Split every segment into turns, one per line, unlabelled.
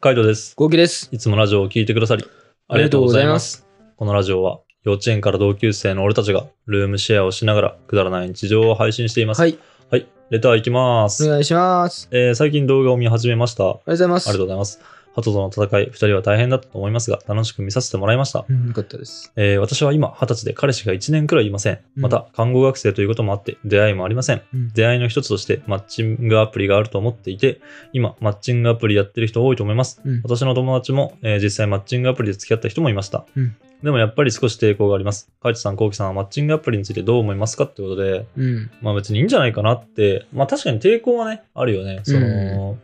カイトです。
ゴーキです。
いつもラジオを聞いてくださり、ありがとうございます。このラジオは、幼稚園から同級生の俺たちが、ルームシェアをしながら、くだらない日常を配信しています。
は
はい。
い、
レターいきま
お
す。
願いします。
えー最近動画を見始めました。あ
ありがとうご
りが
ざい
とう
ま
ございます。鳩との戦い、二人は大変だったと思いますが、楽しく見させてもらいました。
す。うん、よかったです。
えー私は今、二十歳で彼氏が1年くらいいません。
うん
また、看護学生ということもあって、出会いもありません。
うん
出会いの一つとして、マッチングアプリがあると思っていて、今、マッチングアプリやってる人多いと思います。
うん、
私の友達も、えー実際マッチングアプリで付き合った人もいました、
うん
でもやっぱり少し抵抗がありますカイチさんコウキさんはマッチングアプリについてどう思いますかってことで
うん、
まあ別にいいんじゃないかなってまあ確かに抵抗はねあるよねその、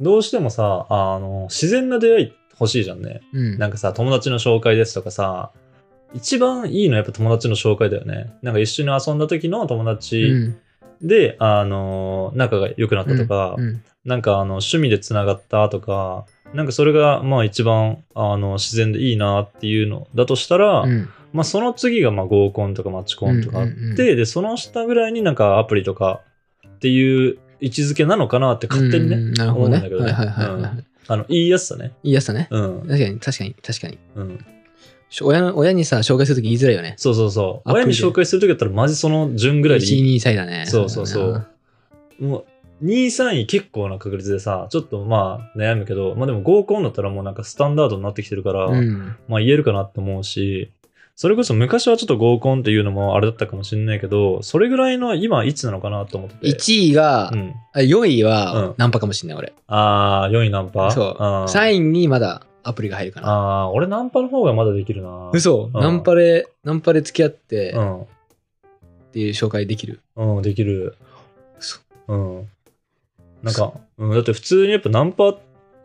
どうしてもさあの自然な出会い欲しいじゃんね
うん、
なんかさ友達の紹介ですとかさ一番いいのはやっぱ友達の紹介だよねなんか一緒に遊んだ時の友達
うん、
で、あの仲が良くなったとか、
うん、
なんかあの趣味でつながったとか、なんかそれがまあ一番あの自然でいいなっていうのだとしたら、
うん、
まあその次がまあ合コンとかマチコンとかあって、
うんうんうん
で、その下ぐらいになんかアプリとかっていう位置づけなのかなって勝手にね、
うんなるほどね。
思うんだけど
は
ね
いはいはいはい。
うんあの言いやすさね。
言いやすさね。
うん。
確かに、確かに、確かに。
うん、
し親の親にさ、紹介するとき言いづらいよね。
そうそうそう。
アプ
親
リ
に
で
紹介するときだったらマジその順ぐらいでい
1、
い。
2、3だね。
そうそうそう。。もう2位、3位結構な確率でさ、ちょっとまあ悩むけど、まあでも合コンだったらもうなんかスタンダードになってきてるから、
うん、
まあ言えるかなって思うし、それこそ昔はちょっと合コンっていうのもあれだったかもしれないけど、それぐらいの今いつなのかなと思ってて。
1位が
う、ん。
あ4位
うん
はナンパかもしんない、俺。
ああ、4位ナンパ
そう
あー
3位にまだアプリが入るかな。
あー、俺ナンパの方がまだできるな。
嘘
ん
ナンパで、ナンパで付き合って
うん。
っていう紹介できる。
うん、できる。
嘘
うん。なんか、うん、だって普通にやっぱナンパ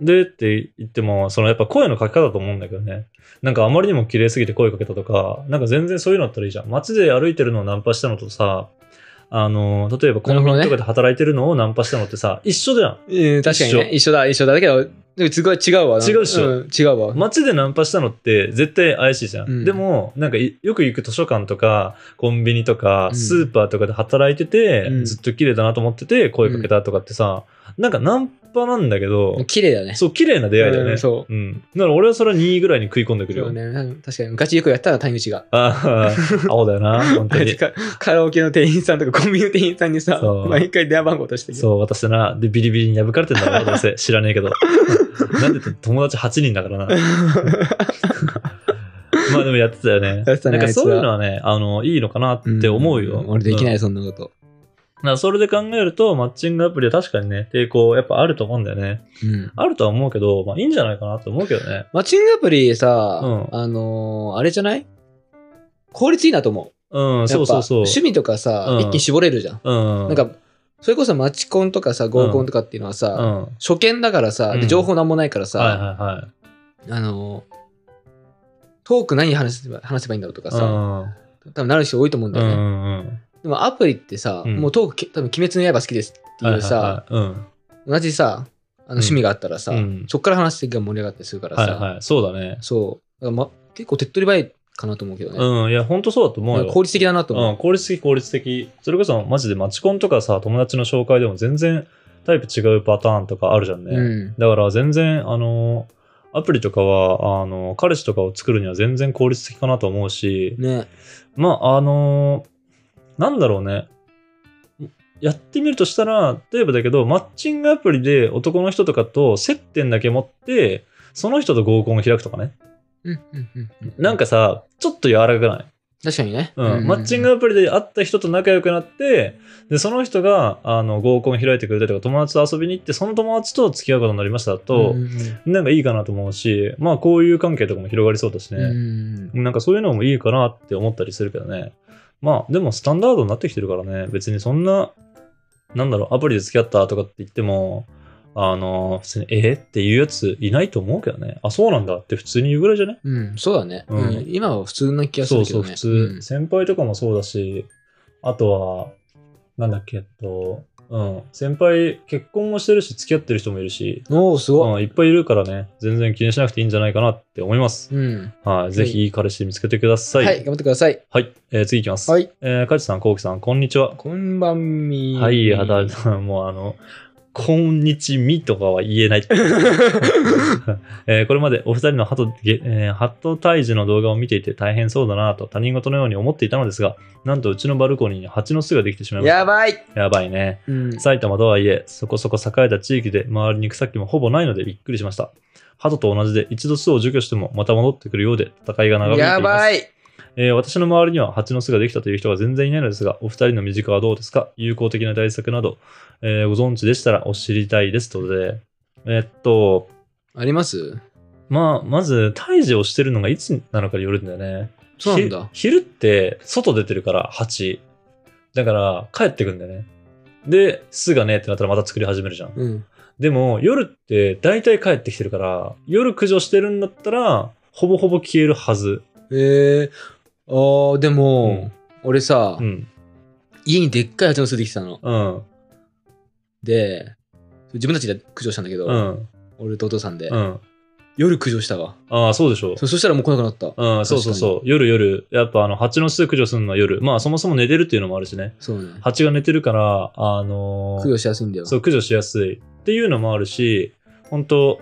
でって言っても、そのやっぱ声のかけ方だと思うんだけどね。なんかあまりにも綺麗すぎて声かけたとか、なんか全然そういうのだったらいいじゃん。街で歩いてるのをナンパしたのとさ、あの、例えばコンビニとかで働いてるのをナンパしたのってさ、一緒じゃん。
うん、確かにね。
一
一緒だ、一緒だ。だけど、でもすごい違うわ。
違うっしょ
ん違うわ。
街でナンパしたのって絶対怪しいじゃん。
うん
でも、なんかいよく行く図書館とか、コンビニとか
う、ん
スーパーとかで働いてて、
うん
ずっと綺麗だなと思ってて、声かけたとかってさ、なんかナンパなんだけど、
綺麗だね。
そう、綺麗な出会いだよね。。
うんそう
ん。だから俺はそれは2位ぐらいに食い込んでくる
そ
よ。
うね。なんか確かに、昔よくやったら谷口が。
ああ、青だよな、本当
あい
に
つ。かカラオケの店員さんとかコンビニの店員さんにさ
そう、
毎回電話番号出してきて
そう、私だな。で、ビリビリに破かれてんだろう、どう せ。知らねえけど。 なんでって友達8人だからな。まあでもやってたよね。
やってたね
なんか
あいつは
そういうのはね、あの、いいのかなって思うよ。
ん俺できない、
うん
そんなこと。
だからそれで考えると、マッチングアプリは確かにね、抵抗やっぱあると思うんだよね。
うん。
あるとは思うけど、まあいいんじゃないかなと思うけどね。
マッチングアプリさ、
う
あのー、あれじゃない効率いいなと思う。
うん、
やっ
そう
ぱ
そうそう。
趣味とか
う
さ
ん、
一気に絞れるじゃん。
うん。
なん、か、それこそマチコンとかさ、合コンとかっていうのは
う
さ、
ん。
初見だからさ、
うん
で情報なんもないから
はい
さ、
はいはい。
あのー、トーク何話せば話せばいいんだろうとか
う
さ、
ん
多分なる人多いと思うんだ
う
よね。
んうん
でもアプリってさ、
うん
もうトークけ、多分鬼滅の刃好きですって
はいいうはい
さ、
はいうん
同じさ、あの趣味があったらさ、
うん
そっから話が盛り上がったりするから
はい
さ、
はい。そうだね。
そう、だからま、結構手っ取り早いかなと思うけどね。
うん、いや、ほんとそうだと思う
なん
よ。
か効率的だなと
う
思
ん、効率的効率的それこそマジでマチコンとかさ友達の紹介でも全然タイプ違うパターンとかあるじゃん
う。
ね、
うん。
だから全然あのアプリとかはあの彼氏とかを作るには全然効率的かなと思うし、
ね。
まああのなんだろうねやってみるとしたら例えばだけどマッチングアプリで男の人とかと接点だけ持ってその人と合コンを開くとかね
うん、うん、うん。
なんかさちょっと柔らかくない
確かにね。
うん、マッチングアプリで会った人と仲良くなってでその人があの合コン開いてくれたりとか友達と遊びに行ってその友達と付き合うことになりましたと
う、んうん
なんかいいかなと思うしまあこういう関係とかも広がりそうだし
う
ね、
ん。
なんかそういうのもいいかなって思ったりするけどねまあでもスタンダードになってきてるからね別にそんななんだろうアプリで付き合ったとかって言ってもあの普通にえっていうやついないと思うけどねあそうなんだって普通に言うぐらいじゃね
うん、そうだね、
うん
うん今は普通な気がす
そう
るけ
そ
ど
う、
ね。
普通、先輩とかもそうだし、あとは、なんだっけ、えっと、うん、先輩、結婚もしてるし、付き合ってる人もいるし、
うんおお、すごい。
うん、いっぱいいるからね、全然気にしなくていいんじゃないかなって思います。
うん。
はい、ぜひいい彼氏見つけてくださ。
はいい、
はい、
頑張ってください。
えー次いきます。
はい。
えー、かちさん、こうきさん、こんにちは。
こんばんみ。
はい、はだ、もうあの、こんにちみとかは言えない。 えーこれまでお二人のハト,ゲ、えーハト退治の動画を見ていて大変そうだなと他人事のように思っていたのですが、なんとうちのバルコニーに蜂の巣ができてしまいました。
やばい、
やばいね。
うん、
埼玉とはいえ、そこそこ栄えた地域で周りに草木もほぼないのでびっくりしました。鳩と同じで一度巣を除去してもまた戻ってくるようで戦いが長引いています。
やばい
えー私の周りには蜂の巣ができたという人が全然いないのですが、お二人の身近はどうですか有効的な対策など、えーご存知でしたらお知りたいですということで、えーっと、
あります
まあ、まず、退治をしてるのがいつなのかによるんだよね。
そうなんだ
ひ昼って、外出てるから、蜂。だから、帰ってくんだよね。で、巣がねってなったらまた作り始めるじゃん。
うん
でも、夜って大体帰ってきてるから、夜駆除してるんだったら、ほぼほぼ消えるはず。
えー、あーでも、
うん
俺さ、
うん。
家にでっかい蜂の巣できてたの
うん。
で自分たちで駆除したんだけど、
うん。
俺とお父さんで、
うん。
夜駆除したわ
ああ、そうでしょう。
そそしたらもう来なくなった、
うん、そうそうそう。夜夜。やっぱあの、蜂の巣駆除するのは夜。まあ、そもそも寝てるっていうのもあるしね。
そうね
蜂が寝てるから、あのー
駆除しやすいんだよ
そう、駆除しやすいっていうのもあるし、本当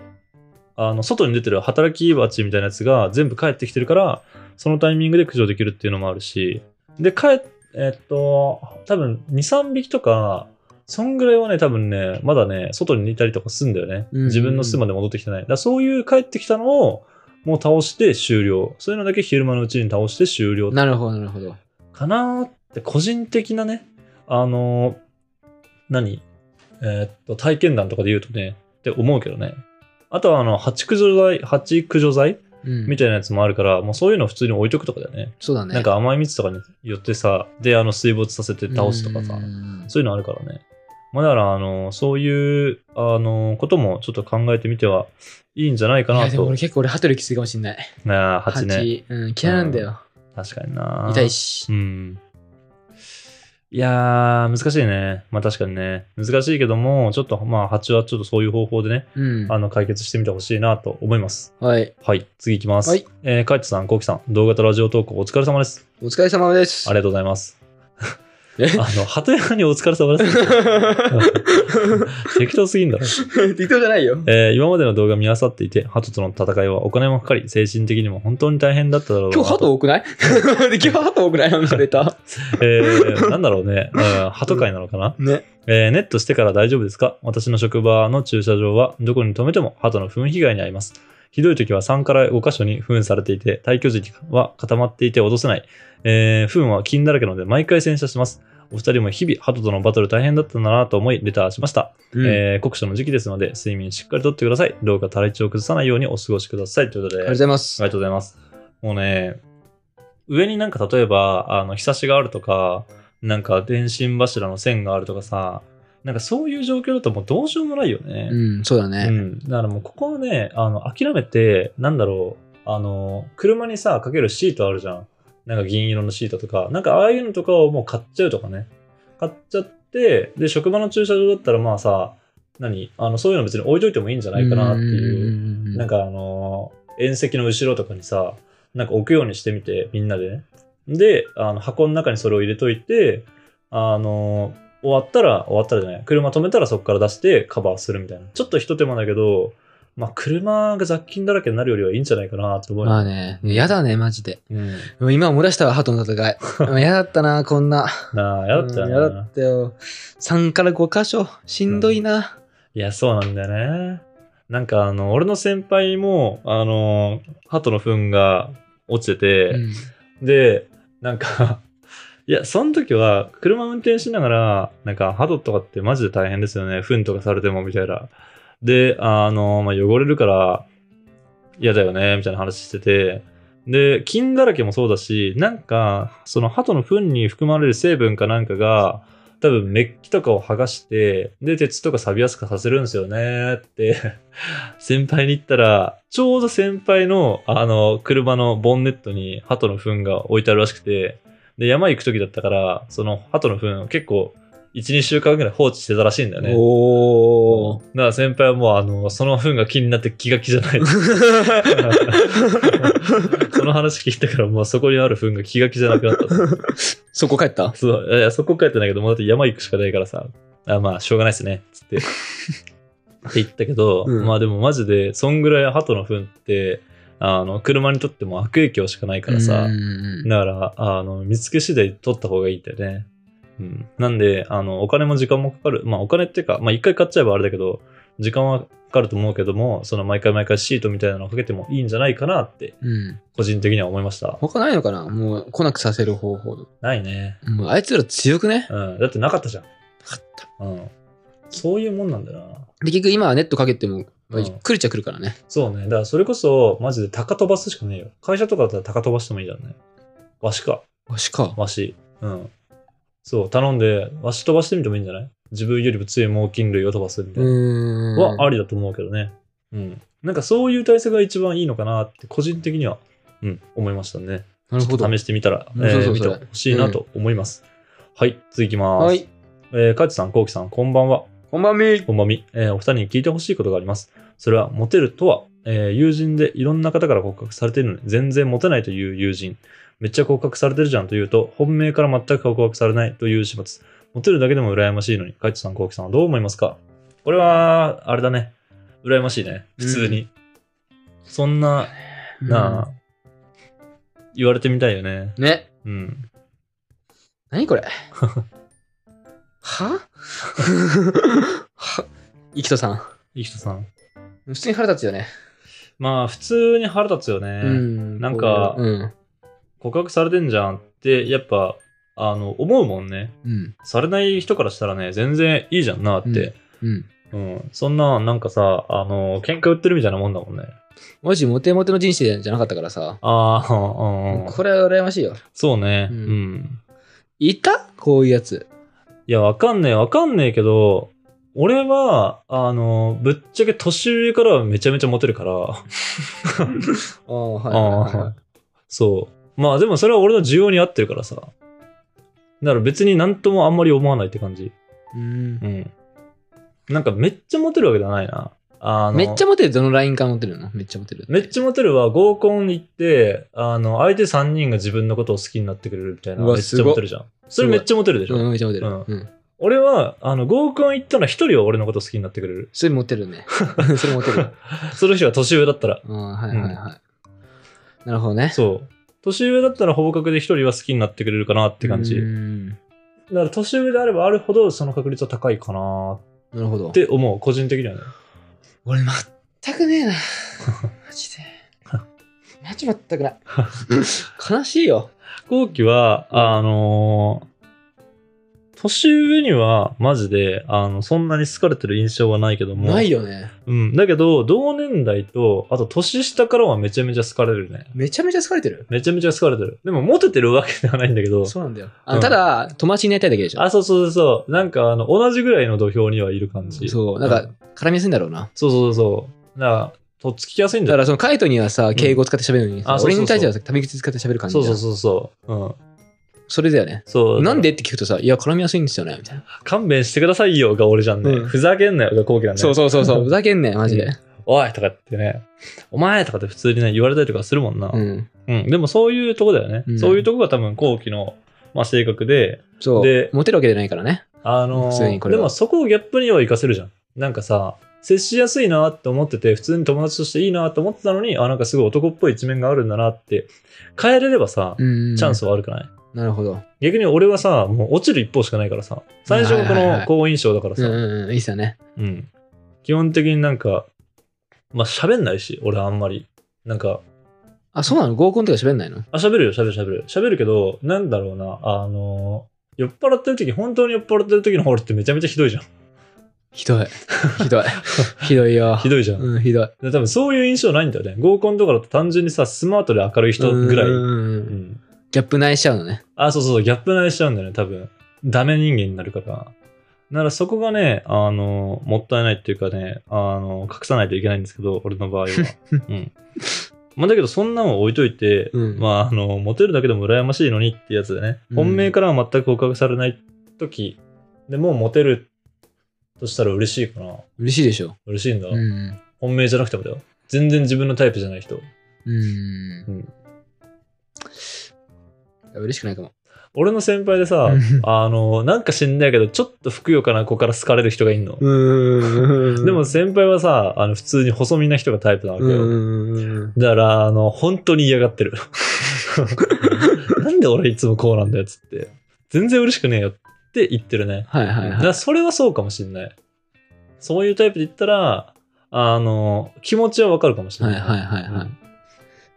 あの、外に出てる働き蜂みたいなやつが全部帰ってきてるから、そのタイミングで駆除できるっていうのもあるし、で、帰っ、えっと、多分2、3匹とか、そんぐらいはね、多分ね、まだね、外にいたりとかすんだよね。
うんうん
自分の巣まで戻ってきてない。だからそういう帰ってきたのを、もう倒して終了。そういうのだけ昼間のうちに倒して終了
なるほどなるほど
かなーって個人的なねあのー何えーっと体験談とかで言うとねって思うけどねあとはあの蜂駆除剤蜂駆除剤
うん
みたいなやつもあるから、もうそういうの普通に置いとくとかだよね
そうだね
なんか甘い蜜とかによってさであの水没させて倒すとかさ
うん
そういうのあるからねまあだからあのーそういうあのーこともちょっと考えてみてはいいんじゃないか
いや
な
でも
と
俺結構俺ハトルきついかもしんない
なあ蜂ね
うん嫌いなんだよ、
確かにな
痛いし
うん。いやー、難しいね。まあ確かにね。難しいけども、ちょっと、まあ、蜂はちょっとそういう方法でね、
うん
あの、解決してみてほしいなと思います。
はい
はい、次行きます。
はい
えー、カイトさん、コウキさん、動画とラジオ投稿お疲れ様です。
お疲れ様です
ありがとうございます。
え
あの、鳩山にお疲れ様です。 適当すぎんだろ。
適当じゃな いよ
えー今までの動画見漁っていて、鳩との戦いはお金もかかり、精神的にも本当に大変だっただろうなと
今日ハト多くない 今日ハト多くないなんかレタ
えー、なんだろうね。うん、鳩会なのかな、
ーね
えーネットしてから大丈夫ですか私の職場の駐車場はどこに止めても鳩の糞被害に遭います。ひどい時は3から5箇所に糞されていて、退去時は固まっていて落とせない。えー、糞は菌だらけなので毎回洗車します。お二人も日々鳩とのバトル大変だったんだなと思いレターしました。
うん
えー酷暑の時期ですので睡眠しっかりとってください。どうか体調を崩さないようにお過ごしください。ということ
ありが
で。
とうございます
ありがとうございます。もうね、上になんか例えば、あの、ひさしがあるとか、なんか電信柱の線があるとかさ、なんかそういう状況だともうどうしようもないよね。
うんそうだね、
うんだからもうここはね、あの、諦めて、なんだろう、あの、車にさ、かけるシートあるじゃん。なんか銀色のシートとか、なんかああいうのとかをもう買っちゃうとかね。買っちゃって、で、職場の駐車場だったらまあさ、何あの、そういうの別に置いといてもいいんじゃないかなっていう。
う
なん
か、
かあのー縁石の後ろとかにさ、なんか置くようにしてみて、みんなでね。で、あの箱の中にそれを入れといて、あのー終わったら、終わったらじゃない、車止めたらそこから出してカバーするみたいな。ちょっとひと手間だけど、まあ、車が雑菌だらけになるよりはいいんじゃないかなと思う。
まあね、やだね、マジで。
うん。
もう今思い出したわ、ハト の戦い。もうやだったな、こんな。
なあ、やだったよ
うん
ね
やだったよ。3から5箇所、しんどいな。
いや、そうなんだよね。なんかあの、俺の先輩も、あのー鳩の糞が落ちてて、
うん
で、なんか、 いや、その時は、車運転しながら、なんか、ハドとかってマジで大変ですよね。糞とかされても、みたいな。で、あの、まあ、汚れるから、嫌だよね、みたいな話してて。で、菌だらけもそうだし、なんか、その鳩の糞に含まれる成分かなんかが、多分メッキとかを剥がして、で、鉄とか錆びやすくさせるんですよね、って、 先輩に言ったら、ちょうど先輩の、あの、車のボンネットに鳩の糞が置いてあるらしくて、で、山行く時だったから、その鳩の糞を結構、1、2週間ぐらい放置してたらしいんだよね。
おー。
だから先輩はもうあのその糞が気になって気が気じゃないその話聞いてからもうそこにある糞が気が気じゃなくなった
そこ帰った
そういやそこ帰ってないけどもうだって山行くしかないからさあまあ、しょうがないですね、つって。って言ったけど、
うん
まあでもマジで、そんぐらい鳩の糞って、あの、車にとっても悪影響しかないからさ、
うんうんうん
だから、あの、見つけ次第取った方がいいってね。うん。なんで、あの、お金も時間もかかる。まあ、お金っていうか、まあ、一回買っちゃえばあれだけど、時間はかかると思うけども、その毎回毎回シートみたいなのをかけてもいいんじゃないかなって、
うん。
個人的には思いました。
他ないのかなもう来なくさせる方法。
ないね。
もうあいつら強くね
うん。だってなかったじゃん。
かった。
うん。そういうもんなんだよな。
で、結局今はネットかけても、まあ
うん
来るっちゃ来るからね。
そうね。だからそれこそ、マジで高飛ばすしかねえよ。会社とかだったら高飛ばしてもいいじゃんね。わしか。
わしか。
わし。うん。そう、頼んで、わし飛ばしてみてもいいんじゃない自分よりも強い猛禽類を飛ばすみた
う
いな。
ーん。
はありだと思うけどね。うん。なんかそういう対策が一番いいのかなって、個人的には、うん、思いましたね。
なるほど。
試してみたら、え
うんそうそ
ー
う
見て
それ
ほしいなと思います。はい、次行きます。
はい。
えー、かいちさん、こうきさん、こんばんは。
こんばんみ。
こんばんみ、えーお二人に聞いてほしいことがあります。それは、モテるとは、えー友人でいろんな方から告白されているのに全然モテないという友人。めっちゃ告白されてるじゃんというと、本命から全く告白されないという始末。モテるだけでも羨ましいのに、カイトさん、コウキさんはどう思いますかこれは、あれだね。羨ましいね。普通に。そんな、なあ、言われてみたいよね。
うんね。
うん。
何 これはは生きとさん。
いい人さん。
普通に腹立つよね。
まあ、普通に腹立つよね。
うん。
なんか
こういう
告白されてんじゃんって、やっぱ、あの、思うもんね。
うん。うん。
されない人からしたらね、全然いいじゃんなって。
うん。
うん。そんな、なんかさ、あの、喧嘩売ってるみたいなもんだもんね。
マジモテモテの人生じゃなかったからさ。
ああ、うん、うん。
これは羨ましいよ。
そうね。う
うん
ん。
いたこういうやつ。
いや、わかんねえ、わかんねえけど、俺は、あの、ぶっちゃけ年上からはめちゃめちゃモテるから、
ああ、はいはい
あ
は
あそう。まあでもそれは俺の需要に合ってるからさ。だから別になんともあんまり思わないって感じ。
い。うん
う。ん。なんかめっちゃモテるわけではないな。あの
めっちゃモテるどのラインからモテるのめっちゃモテる。
めっちゃモテるは合コン行って、あの、相手3人が自分のことを好きになってくれるみたいな。
うわ
めっちゃモテるじゃん。それめっちゃモテるでしょ。
うんめっちゃモテる。
うん
うん。
俺は、あの、合コン行ったら1人は俺のこと好きになってくれる。
それモテる ね。それモテる。あ
その人は年上だったら。
あ、はいはいはい。なるほどね。
そう。年上だったらほぼ確で1人は好きになってくれるかなって感じ。
うー
だ
んな
から年上であればあるほどその確率は高いかな
るほど
っ。て思う。個人的にはね。
俺全くね えな。マジで。マジ全くない。悲しいよ。
後期は、あのー年上にはマジで、あの、そんなに好かれてる印象はないけども。
ないよね。
うん。だけど、同年代と、あと年下からはめちゃめちゃ好かれるね。
めちゃめちゃ疲れてる。
めちゃめちゃ好かれてる。でも、モテてるわけではないんだけど。
そうなんだよ。
う
あ
ん
ただ、友達になりたいだけでしょ。
あ、そうそうそうそう。なんか、あの、同じぐらいの土俵にはいる感じ。
そう。なん
う
か、絡みやすいんだろうな。
そうそうそう。だから、とっつきやすいんだ
だか
よ。
ら、そのカイトにはさ、敬語使って喋るのにさ
あそうそう
俺
そう
に対してはさタメ口使って喋る感じ
そ
だ
う
よ
そうそうそう。うん。
それだよね。
そう。
なんでって聞くとさ、いや、絡みやすいんですよね、みたいな。
勘弁してくださいよが俺じゃんね。
うん
ふざけんなよが後期なんね。
そうそうそうそう、ふざけんねマジで。
おいとかってね。お前とかって普通にね、言われたりとかするもんな。う。
うんん。
でも、そういうとこだよね。
うん
そういうとこが多分、後期の、まあ、性格で、
そ
で
う。モテるわけじゃないからね。
あのー
普通にこれ
で
は
もそこをギャップには活かせるじゃん。なんかさ、接しやすいなって思ってて、普通に友達としていいなって思ってたのに、あ、なんかすごい男っぽい一面があるんだなって、変えれればさ、
うん。
チャンスは悪くない、
なるほど。
逆に俺はさ、もう落ちる一方しかないからさ、最初がこ
はいはいは
の
い
好印象だから
う
さ、う
ん
ん
うんうん。いいっすよね。
基本的になんか、まあ喋んないし、俺あんまり。なんか、
あ、そうなの合コンとか喋んないの
あ、喋るよ、喋る、喋る。喋るけど、なんだろうな、あのー酔っ払ってる時、本当に酔っ払ってる時の俺ってめちゃめちゃひどいじゃん。
ひどい。 ひどい。ひどいよ。
ひどいじゃん。
うん、ひどい。
で多分そういう印象ないんだよね。合コンとかだと単純にさ、スマートで明るい人ぐらい。
う
うん
んうんうんギャップないしちゃうのね。
あ、そうそうそう、ギャップ慣れしちゃうんだよね、多分。ダメ人間になるから。だからそこがね、あの、もったいないっていうかね、あの、隠さないといけないんですけど、俺の 場合は。うん。まあだけど、そんなの置いといて、
うん
まあ、あの、モテるだけでも羨ましいのにってやつでね、
うん
本命からは全く告白されない時でもモテるとしたら嬉しいかな。
嬉しいでしょ。
嬉しいんだ。
うん。
本命じゃなくてもだよ。全然自分のタイプじゃない人。
うん。
う
うんん。嬉しくないかも。
俺の先輩でさ、
うん
あの、なんか知んないけど、ちょっとふくよかな子から好かれる人がいんの。
うん。
でも先輩はさ、あの、普通に細身な人がタイプなわけ
う
よ。
ん。
だから、あの、本当に嫌がって る。なんで俺いつもこうなんだよ、つって。全然嬉しくねえよって言ってるね。
はいは い
だ
は
か
い。
らそれはそうかもしんない。そういうタイプで言ったら、あの、気持ちはわかるかもしれ
は
ないい。
はいはいはい。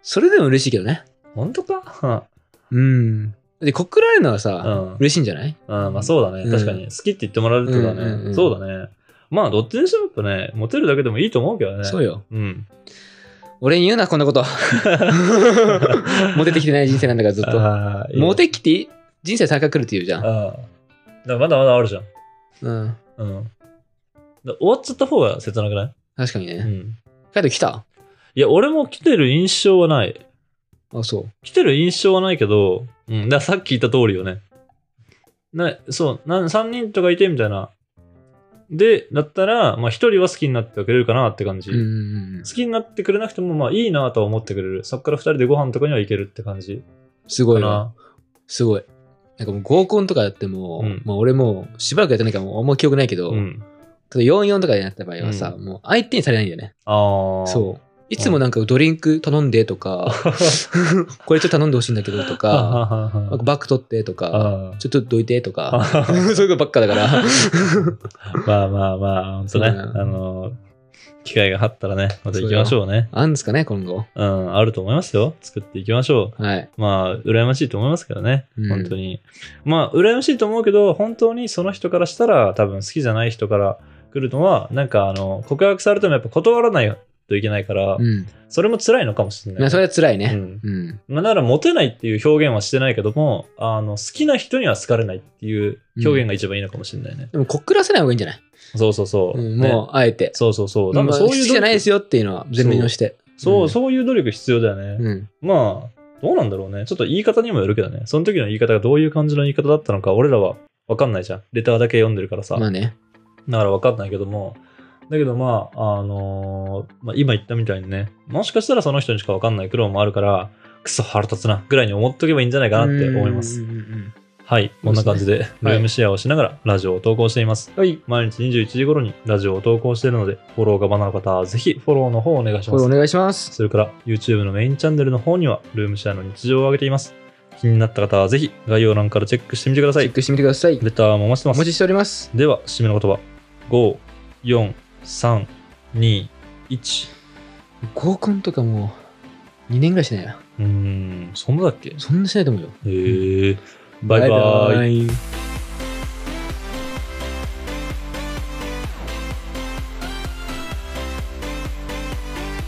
それでも嬉しいけどね。
本当か
うん。で、告られるのは
う
さ、
ん。
嬉しいんじゃない
うん、まあそうだね。
うん
確かに。好きって言ってもらえるとか
うんうんう
ね。
ん
そうだね。まあ、どっちにしてもやっぱね、モテるだけでもいいと思うけどね。
そうよ。
うん。
俺に言うな、こん なこと。モテてきてない人生なんだからずっと。
あーいいね
モテきて、人生3回来るって言うじゃん。
ああ。だからまだまだあるじゃん。
うん。
うん。だ終わっちゃった方が切なくない
確かに
う
ね。
ん。
カイト来た
いや、俺も来てる印象はない。
あ、そう。
来てる印象はないけど、うん。だからさっき言った通りよね。な、そう、な3人とかいてみたいな。で、だったら、まあ1人は好きになってくれるかなって感じ。
うんう
好
んうん。
きになってくれなくても、まあいいなとは思ってくれる。そっから2人でご飯とかには行けるって感じ
すご
か
いわ。
な。
すごい。なんかもう合コンとかやっても、
うん
もう俺もうしばらくやってないからもうあんま記憶ないけど、
うん。
ただ44とかになった場合はさ、もう相手にされないんだよね。
ああ。
そう。いつもなんかドリンク頼んで とか、これちょっと頼んでほしいんだけどと
はは
か、
はは
バッグ取ってとか、
ああ。
ちょっとどいてとか、
あ
そういうことばっかだから。
まあまあまあ、本当ね、
そうだね
あのー、機会があったらね、また行きましょうね。
あんですかね、今後。
うん、あると思いますよ。作っていきましょ
はい。
う。まあ、羨ましいと思いますけどね、
うん
本当に。まあ、羨ましいと思うけど、本当にその人からしたら、多分好きじゃない人から来るのは、なんか、あの、告白されてもやっぱ断らないといけないから、
うん。
それも辛いのかもしれない。
まあ、それは辛いうね。
ん
うん。
まあ、なら、モテないっていう表現はしてないけども、あの、好きな人には好かれないっていう表現が一番いいのかもしれないね。
でも、こっくらせない方がいいんじゃない、
そうそうそう。
うん、
ね
もう、あえて。
そうそうそう。多
ま
分
あ
そう
好
いう
きじゃないですよっていうのは全面に押して。
そう、
ん
そういう努力必要だよね。
うん。
まあ、どうなんだろうね。ちょっと言い方にもよるけどね。その時の言い方がどういう感じの言い方だったのか、俺らは分かんないじゃん。レターだけ読んでるからさ。
まあね。
だから分かんないけども。だけどまあ、あのーまあ、今言ったみたいにね、もしかしたらその人にしか分かんない苦労もあるから、クソ腹立つなぐらいに思っとけばいいんじゃないかなって思います
う。んうんうんうん。
はい、こんな感じで、ルームシェアをしながらラジオを投稿しています。
はい。
毎日21時頃にラジオを投稿しているので、フォローがまだの方はぜひフォローの方をお願いし
こ
ま
れ
す
お。願いします。
それから YouTube のメインチャンネルの方にはルームシェアの日常を上げています。気になった方はぜひ概要欄からチェックしてみてくださ
チェ
い
ッ。クしてみてください。
レターもお待ちして
お
ま
待
す。
ちしております。
では、締めの言葉。5、4、3、2、1。
合コンとかもう2年ぐらいしないな。
うーん、そんなだっけ
そんなしないと思うよ。
へえ。バイバイ。
イ。